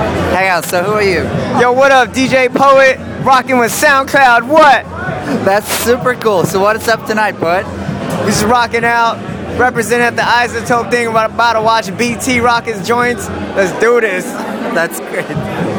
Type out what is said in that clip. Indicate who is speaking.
Speaker 1: out. So who are you?
Speaker 2: Yo, what up, DJ Poet? Rocking with SoundCloud. What?
Speaker 1: That's super cool. So what is up tonight, bud?
Speaker 2: We just rocking out. Represent at the isotope thing. We're about to watch BT Rockets joints. Let's do this.
Speaker 1: That's great.